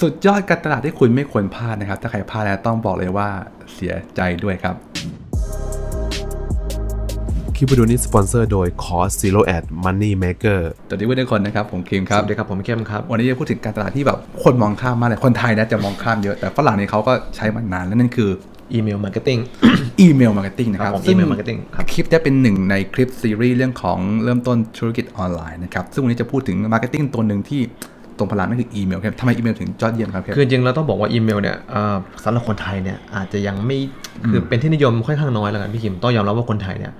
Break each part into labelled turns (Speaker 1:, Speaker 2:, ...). Speaker 1: สุดยอดการตลาดที่คุณไม่ควรพลาดนะครับ ถ้าใครพลาดแล้วต้องบอกเลยว่าเสียใจด้วยครับ
Speaker 2: คลิปวิดีโอนี้สปอนเซอร์โดย Cost Zero Ad Money Maker
Speaker 1: สวัสดีเพื่อนทุกคนนะครับ ผมคิมครับ
Speaker 3: สวัสดีครับผมเข้มครับ
Speaker 1: วันนี้จะพูดถึงการตลาดที่แบบคนมองข้ามมากเลยคนไทยนะจะมองข้ามเยอะ แต่ฝรั่งเนี่ยเขาก็ใช้มานานแล้วนั่นคือ
Speaker 3: อีเมลมาร์เก็ตติ้ง
Speaker 1: อีเมลมาร์เก็ตติ้งนะครับ
Speaker 3: ครับผม
Speaker 1: ซึ่ง
Speaker 3: email marketing ครับ
Speaker 1: คลิปเนี้ยเป็นหนึ่งในคลิปซีรีส์เรื่องของเริ่มต้นธุรกิจออนไลน์นะครับซึ่งวันนี้จะพูดถึงมาร์เก็ตติ้งตัวหนึ่งที่ตรงพลังนั่นคืออีเมลครับทำไมอีเมลถึงยอดเยี่ยมครับเพชร
Speaker 3: คือจริงๆเราต้องบอกว่าอีเมลเนี่ยเอ่อสำหรับคนไทยเนี่ยอาจจะยังไม่คือเป็นที่นิยมค่อนข้างน้อยแล้วกันพี่คิมต้องยอมรับว่าคนไทยเนี่ย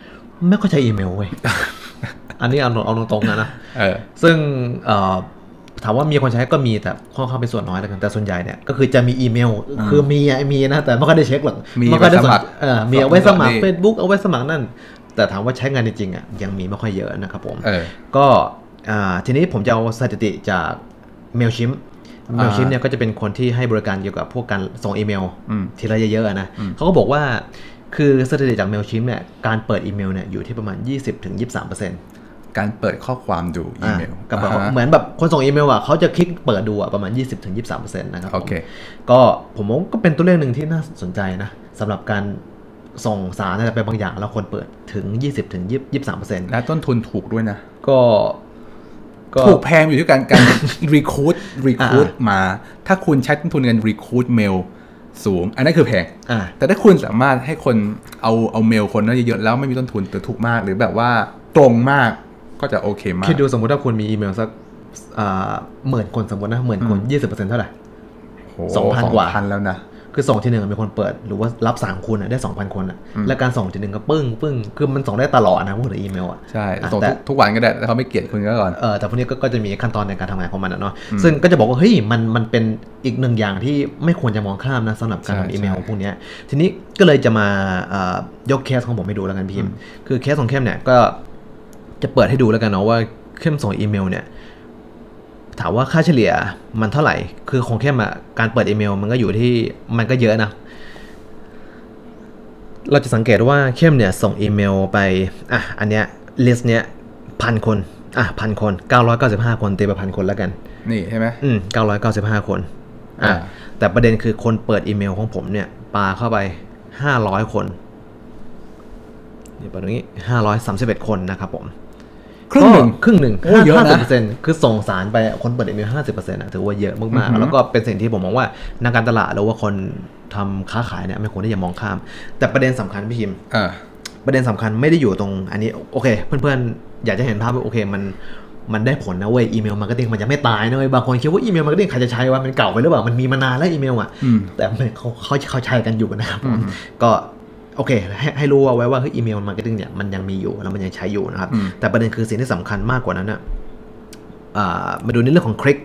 Speaker 3: ไม่ค่อยใช้อีเมลเว้ย อันนี้เอาเอาตรงๆนะนะ
Speaker 1: เออ
Speaker 3: ซึ่งเอ่อถามว่ามีคนใช้ก็มีแต่ค่อนข้างเป็นส่วนน้อยแล้วกันแต่ส่วนใหญ่เนี่ยก็คือจะมีอีเมล คือมีอะมีนะแต่ไม่ค่อยได้เช็คหรอก
Speaker 1: มี
Speaker 3: ไค่อยได้
Speaker 1: ไว้สมัคร
Speaker 3: เออมีเอาไว้สมัคร
Speaker 1: นี่
Speaker 3: Facebook เอาไว้สมัครนั่น แต่ถามว่าใช้งานจริงๆอ่ะยังมีไม่ค่อยเยอะนะครับผม
Speaker 1: เออ
Speaker 3: ก็อ่าทีนี้ผมจะเอาสถิติจาก Mailchimp Mailchimp เนี่ยก็จะเป็นคนที่ให้บริการเกี่ยวกับพวกการส่งอีเมล
Speaker 1: อืม
Speaker 3: ทีละเยอะๆอะนะ
Speaker 1: อืม
Speaker 3: เขาก็บอกว่าคือสถิติจาก Mailchimp เนี่ยการเปิดอีเมลเนี่ยอยู่ที่ประมาณ 20-23%อ
Speaker 1: การเปิดข้อความดูอี
Speaker 3: ี
Speaker 1: เมล
Speaker 3: กับแบบ
Speaker 1: อ่าฮะ
Speaker 3: เหมือนแบบคนส่งอีเมลอ่ะเขาจะคลิกเปิดดูอ่ะประมาณ 20-23%นะครับผม
Speaker 1: โอเค
Speaker 3: ก็ผมว่าก็เป็นตัวเลขหนึ่งที่น่าสนใจนะสำหรับการส่งสารอะไรไปบางอย่างแล้วคนเปิดถึง 20-23%
Speaker 1: และต้นทุนถูกด้วยนะ
Speaker 3: ก็ก็
Speaker 1: ถูกแพงอยู่ที่การการ recruit recruit
Speaker 3: อ่า
Speaker 1: มา ถ้าคุณใช้ต้นทุนเงิน recruit mail สูง อันนั้นคือแพง
Speaker 3: อ่า
Speaker 1: แต่ถ้าคุณสามารถให้คนเอาเอาเมลคนนั้นเยอะๆแล้วไม่มีต้นทุนแต่ถูกมาก หรือแบบว่าตรงมากก็จะโอเคมาก
Speaker 3: คิดดูสมมติถ้าคุณมีอีเมลสักหมื่นคนสมมตินะหมื่นคนยี่สิบเปอร์เซ็นต์เท่าไหร่
Speaker 1: โ
Speaker 3: 2,000กว่า
Speaker 1: พันแล้วนะ
Speaker 3: คือส่งทีหนึ่งมีคนเปิดหรือว่ารับสามคนอะได้สองพันคนอะและการส่งทีหนึ่งก็ปึ้งปึ้งคือมันส่งได้ตลอดนะพูดถึงอีเมลอะ
Speaker 1: ใช่
Speaker 3: อ่ะ
Speaker 1: ส่ง
Speaker 3: แต่
Speaker 1: ทุกทุกวันก็ได้แต่เขาไม่เกลียดคุณก็ก่อน
Speaker 3: เออแต่พวกนี้ก็ก็จะมีขั้นตอนในการทำงานของมันอะเนาะซึ่งก็จะบอกว่าเฮ้ยมันมันเป็นอีกหนึ่งอย่างที่ไม่ควรจะมองข้ามนะสำหรับการ
Speaker 1: ใช่
Speaker 3: ทำอีเมล
Speaker 1: ใช่
Speaker 3: ของพวกเนี้ยทีนี้ก็เลยจะมาเอ่อยกเคสของผมให้ดูแล้วกันพี่พิมคือเคสของเข้มเนี่ยก็จะเปิดให้ดูแล้วกันเนาะว่าเข้มส่งอีเมลเนี่ย ถามว่าค่าเฉลี่ยมันเท่าไหร่ คือของเข้มอะการเปิดอีเมล มันก็อยู่ที่มันก็เยอะนะ เราจะสังเกตว่าเข้มเนี่ยส่งอีเมลไปอ่ะอันเนี้ยลิสต์เนี้ยพันคนอ่ะพันคน 995 คนตีไปพันคนแล้วกัน
Speaker 1: นี่ใช่ไหม
Speaker 3: อืม995 คนอ่ะ
Speaker 1: อ่า
Speaker 3: แต่ประเด็นคือคนเปิดอีเมลของผมเนี่ยปาเข้าไป 500 คนเดี๋ยวไปตรงนี้ 531 คนนะครับผม
Speaker 1: ครึ่งหนึ่ง
Speaker 3: ก็ครึ่งหนึ่ง
Speaker 1: โอ้เยอะ
Speaker 3: ห้าสิ
Speaker 1: นะ
Speaker 3: บเปอร์เซ็นต์คือส่งสารไปคนเปิดอีเมลห้าสิบเปอร์เซ็นต์ะถือว่าเยอะมาก
Speaker 1: อือฮึ
Speaker 3: ๆ แล้วก็เป็นสิ่งที่ผมมองว่านักการตลาดหรือว่าคนทำค้าขายเนี่ยไม่ควรที่จะมองข้าม แต่ประเด็นสำคัญพี่คิม
Speaker 1: อ่า
Speaker 3: ประเด็นสำคัญไม่ได้อยู่ตรงอันนี้โอเค เพื่อนๆ อยากจะเห็นภาพว่าโอเคมันมันได้ผลนะเว้ยอีเมลมาร์เก็ตติ้งมันยังไม่ตายนะเว้ยบางคนคิดว่าอีเมลมาร์เก็ตติ้งใครจะใช้วะมันเก่าไปหรือเปล่ามันมีมานานแล้วอีเมลอ่ะ
Speaker 1: อืม
Speaker 3: แต่มันเขาเขาเขาใช้กันอยู่นะครับผมก็โอเคให้ให้รู้เอาไว้ว่าคืออีเมลมาร์เก็ตติ้งเนี่ยมันยังมีอยู่แล้วมันยังใช้อยู่นะครับ
Speaker 1: อืม
Speaker 3: แต่ประเด็นคือสิ่งที่สำคัญมากกว่านั้นอ่ะอ่ามาดูในเรื่องของคลิก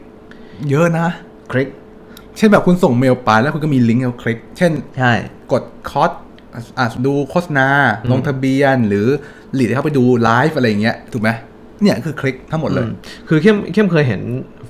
Speaker 1: เยอะนะ
Speaker 3: คลิก
Speaker 1: เช่นแบบคุณส่งเมลไปแล้วคุณก็มีลิงก์ให้เราคลิก เช่น
Speaker 3: ใช่
Speaker 1: กดคอร์สอ่ะดูโฆษณา
Speaker 3: อืม
Speaker 1: ลงทะเบียนหรือหลีดให้เขาไปดูไลฟ์อะไรอย่างเงี้ยถูกไหมเนี่ยคือคลิกทั้งหมดเลย
Speaker 3: อืมคือเข้มเข้มเคยเห็น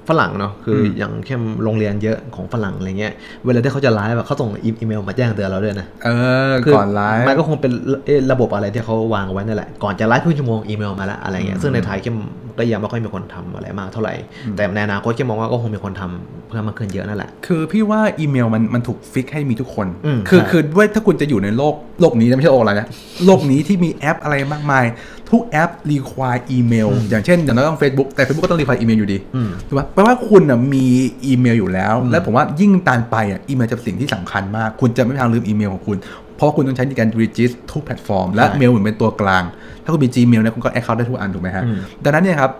Speaker 3: ฝรั่งเนาะ คืออ
Speaker 1: ม
Speaker 3: อย่างเข้มโรงเรียนเยอะของฝรั่งอะไรเงี้ย เวลาที่เขาจะไลฟ์แบบเขาส่งอีเมลมาแจ้งเตือนเราด้วยนะ
Speaker 1: เออ
Speaker 3: คื
Speaker 1: ก่อนไลฟ์
Speaker 3: มันก็คงเป็นเอ่อระบบอะไรที่เขาวางไว้นั่นแหละ ก่อนจะไลฟ์ครึ่งชั่วโมงอีเมลมาแล้วอะไรเงี้ย ซึ่งในไทยเข้มก็ยังไม่ค่อยมีคนทำอะไรมากเท่าไหร่ แต่ในอนาคตเข้มมองว่าก็คงมีคนทำเพิ่มมากขึ้นเยอะนั่นแหละ
Speaker 1: คือพี่ว่าอีเมลมันมันถูกฟิกให้มีทุกคน
Speaker 3: อืม
Speaker 1: คือ
Speaker 3: ใช่
Speaker 1: คือด้วยถ้าคุณจะอยู่ในโลกโลกนี้นะไม่ใช่โลกอะไรนะ โลกนี้ที่มีแอปอะไรมากมาย ทุกแอปรีควายอีเมล อย่างเช่นอย่างน้อยต้อง Facebook แต่ Facebook ก็ต้องรีควายอีเมลอยู่ดี
Speaker 3: อืม
Speaker 1: ถูกไหมแปลว่าคุณน่ะมีอีเมลอยู่แล้ว และผมว่ายิ่งตานไปอ่ะอีเมลจะเป็นสิ่งที่สำคัญมาก คุณจะไม่มีทางลืมอีเมลของคุณ เพราะว่าคุณต้องใช้ในการรีจิสทุกแพลตฟอร์มและ
Speaker 3: ใช่
Speaker 1: เมลเหมือนเป็นตัวกลาง ถ้าคุณมี Gmail นะคุณก็แอคเคาท์ได้ทุกอันถูกไหมฮะ
Speaker 3: อืม
Speaker 1: ดังนั้นเนี่ยครับ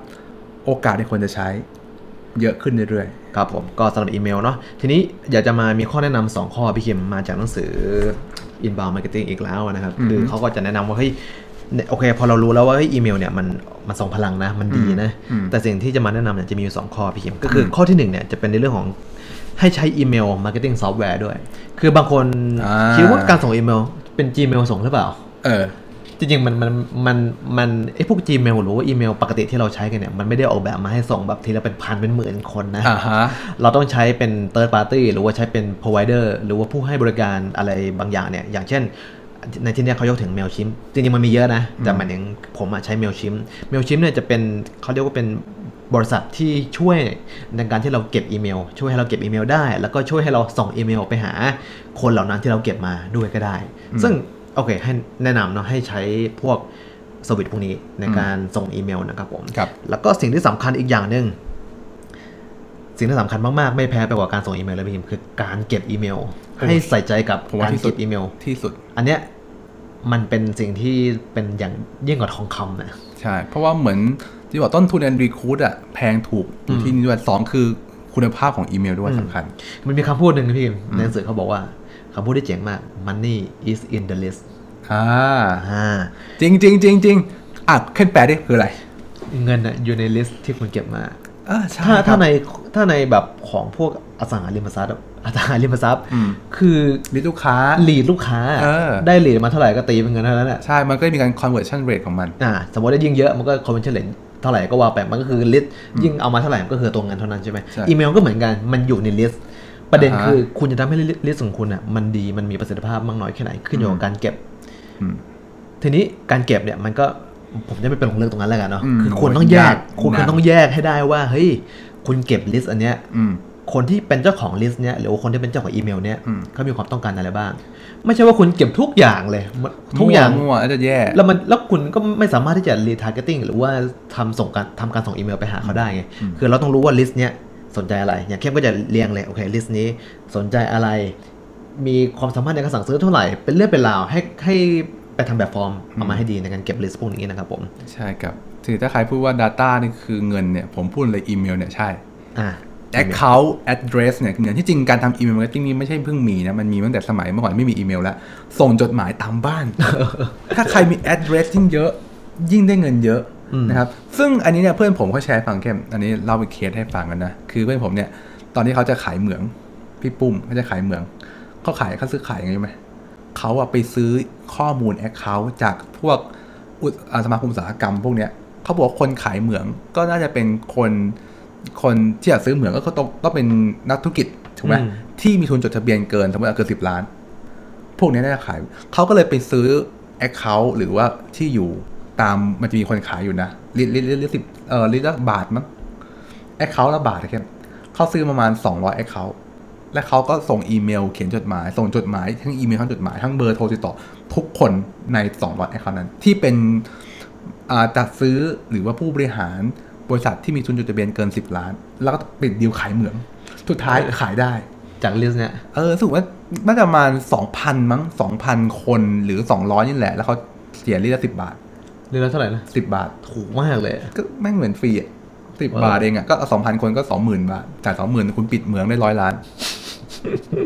Speaker 1: โอกาสในคนจะใช้เยอะขึ้นเรื่อยๆ
Speaker 3: ครับผมก็สำหรับอีเมลเนาะทีนี้อยากจะมามีข้อแนะนำสองข้อพี่คิมมาจากหนังสือ inbound marketing อีกแล้วนะครับ
Speaker 1: อือฮึ
Speaker 3: คือเขาก็จะแนะนำว่าเฮ้ยเนี่ยโอเค พอเรารู้แล้วว่าเฮ้ยอีเมลเนี่ยมันมันส่งพลังนะ มันดีนะ
Speaker 1: อืม
Speaker 3: แต่สิ่งที่จะมาแนะนำเนี่ยจะมีอยู่สองข้อพี่คิมก็คืออข้อที่หนึ่งเนี่ยจะเป็นในเรื่องของให้ใช้อีเมล marketing software ด้วย คือบางคน
Speaker 1: อ่า
Speaker 3: คิดว่าการส่งอีเมลเป็น Gmail ส่งหรือเปล่า
Speaker 1: เอ อ
Speaker 3: จริงๆมันมันมันมันไอ้พวก Gmail หรือว่าอีเมลปกติที่เราใช้กันเนี่ยมันไม่ได้ออกแบบมาให้ส่งแบบทีละเป็นพันเป็นหมื่นคนนะ
Speaker 1: อ่าฮะ
Speaker 3: เราต้องใช้เป็น third party หรือว่าใช้เป็น provider หรือว่าผู้ให้บริการอะไรบางอย่างเนี่ย อย่างเช่น ในที่เนี้ยเขายกถึง Mailchimp จริงๆมันมีเยอะนะ แต่หมายถึงผมอะใช้ Mailchimp Mailchimp เนี่ยจะเป็นเขาเรียกว่าเป็น บริษัทที่ช่วยในการที่เราเก็บอีเมล ช่วยให้เราเก็บอีเมลได้ แล้วก็ช่วยให้เราส่งอีเมลไปหา คนเหล่านั้นที่เราเก็บมาด้วยก็ได้
Speaker 1: อืม
Speaker 3: ซึ่งโอเคให้แนะนำเนาะให้ใช้พวกสวิตพวกนี้ในการส่งอีเมลนะครับผม
Speaker 1: ครับ
Speaker 3: แล้วก็สิ่งที่สำคัญอีกอย่างหนึ่งสิ่งที่สำคัญมาก ๆ ไม่แพ้ไปกว่าการส่งอีเมลเลยพี่พิมคือการเก็บอีเมล ให้ใส่ใจกับ
Speaker 1: ผมว่า
Speaker 3: การ
Speaker 1: ที่สุด
Speaker 3: เก็บอีเมล
Speaker 1: ที่สุด
Speaker 3: อันเนี้ยมันเป็นสิ่งที่เป็นอย่างยิ่งกว่าทองคำนะ
Speaker 1: ใช่ เพราะว่าเหมือนที่บอกต้นทุนแอนรีคูดอะแพงถูกอยู่ที่นี่ด้วยสองคือคุณภาพของอีเมลด้วย
Speaker 3: อืม
Speaker 1: สำคัญ
Speaker 3: มันมีคำพูดหนึ่งนะพี่พิมในหนังสือเขาบอกว่าคำพูดที่เจ๋งมาก money is in the list
Speaker 1: อ่า
Speaker 3: อ่า
Speaker 1: จริงจริงจริงจริงอ่ะเขึ้นแปลดิคืออะไร
Speaker 3: เงินน่ะอยู่ในลิสต์ที่คุณเก็บมา
Speaker 1: อ่าใช่
Speaker 3: ถ้า
Speaker 1: ครั
Speaker 3: ถ้า
Speaker 1: บ
Speaker 3: ในถ้าในแบบของพวกอสังหาริมทรัพย์อะอสังหาริมทรัพย์
Speaker 1: อืม
Speaker 3: คือ
Speaker 1: มีลูกค้า
Speaker 3: ลีดลูกค้า
Speaker 1: เออ
Speaker 3: ได้ลีดมาเท่าไหร่ก็ตีเป็นเงินเท่านั้นแหละ
Speaker 1: ใช่ มันก็มีการ conversion rate ของมัน
Speaker 3: อ่าสมมติได้ยิ่งเยอะมันก็คอมมิชชั่นเลนเท่าไหร่ก็ว่าไปมันก็คือลิสต์ยิ่งเอามาเท่าไหร่มันก็คือตัวเงินเท่านั้นใช่ไหม
Speaker 1: ใช่
Speaker 3: อีเมลก็เหมือนกันมันอยู่ในลิสต์ประเด็น
Speaker 1: อ่าฮะ
Speaker 3: คือคุณจะทำให้ลิสต์ของคุณอ่ะมันดีมันมีประสิทธิภาพมากน้อยแค่ไหนขึ้นอยู่กับการเก็บ
Speaker 1: อืม
Speaker 3: ทีนี้การเก็บเนี่ยมันก็ผมจะไม่ไปลงเรื่องตรงนั้นแล้วกันเนาะ
Speaker 1: อืม
Speaker 3: คือคุณต้องแยก
Speaker 1: โอ้ยยาก
Speaker 3: คุณคุณ
Speaker 1: นะ
Speaker 3: ต้องแยกให้ได้ว่าเฮ้ยคุณเก็บลิสต์อันเนี้ย
Speaker 1: อืม
Speaker 3: คนที่เป็นเจ้าของลิสต์เนี่ยหรือว่าคนที่เป็นเจ้าของอีเมลเนี่ย
Speaker 1: อืม
Speaker 3: เขามีความต้องการอะไรบ้าง ไม่ใช่ว่าคุณเก็บทุกอย่างเลยทุกอย่าง
Speaker 1: มั่วๆอาจจะแย่
Speaker 3: แล้วมันแล้วคุณก็ไม่สามารถที่จะรีทาร์เก็ตติ้งหรือว่าทำส่งการทำการส่งอีเมลไปหาเขาได้ไง
Speaker 1: อืม
Speaker 3: คือเราต้องรู้ว่าลิสต์เนี้ยสนใจอะไร อย่างเข้มก็จะเรียงเลยโอเคลิสต์นี้สนใจอะไร มีความสามารถในการสั่งซื้อเท่าไหร่ เป็นเรื่องเป็นราวให้ให้ไปทำแบบฟอร์มเอามาให้ดีในการเก็บลิสต์พวกนี้นะครับผม
Speaker 1: ใช่ครับถือถ้าใครพูดว่า Data นี่คือเงินเนี่ย ผมพูดเลยอีเมลเนี่ยใช่
Speaker 3: อ่า
Speaker 1: Account address เนี่ยเงินที่จริงการทำอีเมลมาร์เก็ตติ้งนี่ไม่ใช่เพิ่งมีนะ มันมีตั้งแต่สมัยเมื่อก่อนไม่มีอีเมลแล้ว ส่งจดหมายตาม บ้าน ถ้าใครมี address ยิ่งเยอะ ยิ่งได้เงินเยอะ
Speaker 3: อืม
Speaker 1: นะครับ ซึ่งอันนี้เนี่ยเพื่อนผมเขาแชร์ให้ฟังเข้มอันนี้เล่าเป็นเคสให้ฟังกันนะ คือเพื่อนผมเนี่ย ตอนที่เขาจะขายเหมืองพี่ปุ้มเขาจะขายเหมืองเขาขายเขาซื้อขายยังไงรู้ไหมเขาอะไปซื้อข้อมูล Account จากพวกอุตอ่าสมาคมอุตสาหกรรมพวกเนี้ยเขาบอกว่าคนขายเหมืองก็น่าจะเป็นคนคนที่อยากซื้อเหมืองก็ต้องต้องเป็นนักธุรกิจถูกไหม
Speaker 3: อืม
Speaker 1: ที่มีทุนจดทะเบียนเกินสมมติเอาเกินสิบล้าน พวกนี้น่าจะขาย เขาก็เลยไปซื้อ Account หรือว่าที่อยู่ตามมันจะมีคนขายอยู่นะลิตรลิตรลิตรลิตรสิบเอ่อลิตรละบาทมั้ง Account ละบาทนะครับเขาซื้อประมาณ 200 Account และเขาก็ส่งอีเมลเขียนจดหมาย ส่งจดหมาย ทั้งอีเมลทั้งจดหมาย ทั้งเบอร์โทรติดต่อ ทุกคนใน 200 Account นั้น ที่เป็นอ่าจัดซื้อหรือว่าผู้บริหารบริษัทที่มีทุนจดทะเบียนเกิน 10 ล้าน แล้วก็ปิดดีลขายเหมืองสุดท้ายขายได้
Speaker 3: จากลิสต์เนี่ย
Speaker 1: เออรู้สึกว่าน่าจะประมาณสองพันมั้งสองพันคนหรือสองร้อยนี่แหละ แล้วเขาเสียลิตรละสิบบาท
Speaker 3: เรียนแล้วเท่าไหร่นะ
Speaker 1: สิบบาท
Speaker 3: ถูกมากเลยอะ
Speaker 1: ก็แม่งเหมือนฟรีอ่ะสิบ
Speaker 3: เออ
Speaker 1: บาทเองอ่ะ ก็สองพันคนก็สองหมื่นบาทจ่ายสองหมื่นคุณปิดเหมืองได้ร้อยล้าน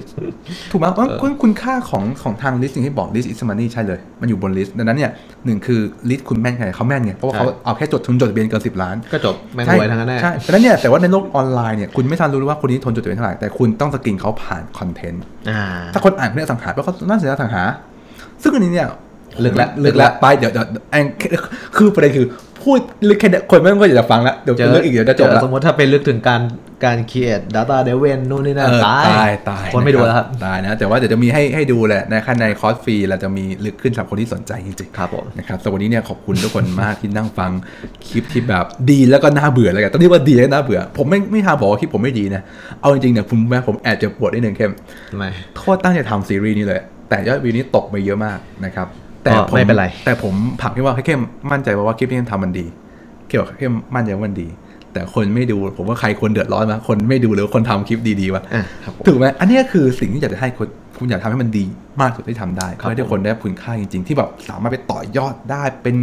Speaker 1: ถูกไหมเพราะคุณคุณค่าของของทางลิสต์อย่างที่บอกลิสต์อิสมานี่ใช่เลย มันอยู่บนลิสต์ดังนั้นเนี่ยหนึ่งคือลิสต์คุณแม่นไงเขาแม่นไงเพราะว่าเขาเอาแค่จดทุนจดทะเบียนเกินสิบล้าน
Speaker 3: ก็จบแม่งรวยทั้งนั้นแน่
Speaker 1: ใช่ดังนั้นเนี่ยแต่ว่าในโลกออนไลน์เนี่ยคุณไม่ทันรู้เลยว่าคนนี้ทุนจดทะเบียนเท่าไหร่แต่คุณต้องสกรีนเขาผ่านคอนเทนต์
Speaker 3: อ่า
Speaker 1: ถ้าคนอ่านเรื่องอสังหาเพราะเขาน่าจะสังหา ซึ่งอันนี้เนี่ย
Speaker 3: ลึกละ
Speaker 1: ลึกละไปเดี๋ยวเดี๋ยวแองคือประเด็นคือพูดลึกแค่เนี้ยคนไม่งก็อยากจะฟังละเดี๋ยวจะลึกอีกเดี๋ยวจะจบละ
Speaker 3: สมมติถ้าไปลึกถึงการการค r e a t e data d e v e n นู่นนี่นั่น
Speaker 1: เออ
Speaker 3: ตาย
Speaker 1: ตาย
Speaker 3: คนไม่ดูแล้วครับ
Speaker 1: ตายนะ แต่ว่าเดี๋ยวจะมีให้ให้ดูแหละในข้างในคอร์สฟรีเราจะมีลึกขึ้นสำหรับคนที่สนใจจริงๆ
Speaker 3: ครับผม
Speaker 1: นะครับสำหรับวันนี้เนี่ยขอบคุณทุกคนมากที่นั่ง ฟังคลิปที่แบบดีแล้วก็น่าเบื่อเลยกันตอนนี้ว่าดีแล้วก็น่าเบื่อ ผมไม่ไม่ทาบอกว่าคลิปผมไม่ดีนะเอาจริงๆเนี่ยผมแม่ผมแอบเจ็บปวดนิดนึงเข้ม
Speaker 3: ทำไม
Speaker 1: โคตรตั้งใจทำซีรีส์นี้เลย แต่ยอดวิวนี้ตกไปเยอะมากนะครับ แต่
Speaker 3: ก็ไม่เป็นไร
Speaker 1: แต่ผมผลักพี่ว่าให้เข้มมั่นใจว่าคลิปที่เข้มทำมันดีเกี่ยวกับเข้มมั่นใจว่ามันดี แต่คนไม่ดูผมว่าใครคนเดือดร้อนมาคนไม่ดูหรือคนทำคลิปดีๆวะ
Speaker 3: อ่ะครับผม
Speaker 1: ถูกไหมอันนี้คือสิ่งที่อยากจะให้คุณคุณอยากทำให้มันดีมากสุดที่ทำได้
Speaker 3: ค
Speaker 1: เพื่
Speaker 3: รั
Speaker 1: อ
Speaker 3: บ
Speaker 1: ให้ทุกคนได้คุณค่าจริง ๆ ที่แบบสามารถไปต่อยอดได้เป็น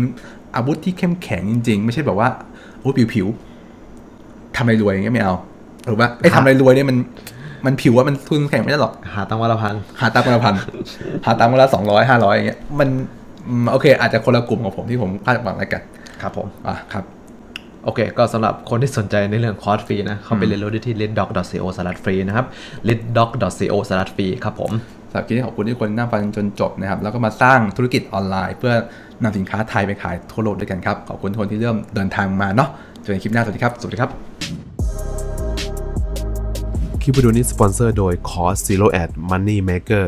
Speaker 1: อาวุธที่เข้มแข็งจริง ๆ ไม่ใช่แบบว่าโอ้ผิวๆทำอะไรรวยอย่างเงี้ยไม่เอาถูกปะไอ้
Speaker 3: ครับ
Speaker 1: ทำอะไรรวยเนี่ยมันมันผิวว่ามันทุนแข็งไม่ได้หรอก
Speaker 3: หาตังค์วันละพัน
Speaker 1: หาตังค์คนละพัน หาตังค์คนละสองร้อยห้าร้อยอย่างเงี้ย มันอืมโอเค อาจจะคนละกลุ่มของผมที่ผมคาดหวังแล้วกัน
Speaker 3: ครับผม
Speaker 1: อ่ะครับ
Speaker 3: โอเค ก็สำหรับคนที่สนใจในเรื่องคอร์สฟรีนะ เข้าไป
Speaker 1: อืม
Speaker 3: เรียนรู้ได้ที่ liddoc.co สลัดฟรีนะครับ liddoc.co สลัดฟรีครับผม
Speaker 1: สำหรับคลิปนี้ขอบคุณที่คนนั่งฟังจนจบนะครับ แล้วก็มาสร้างธุรกิจออนไลน์ เพื่อนำสินค้าไทยไปขายทั่วโลกด้วยกันครับ ขอบคุณทุกคนที่เริ่มเดินทางมาเนาะเจอกันคลิปหน้าสวัสดีครับ สวัสดีครับ
Speaker 2: คลิปวิดีโอนี้สปอนเซอร์โดย c o s Zero Ad Money Maker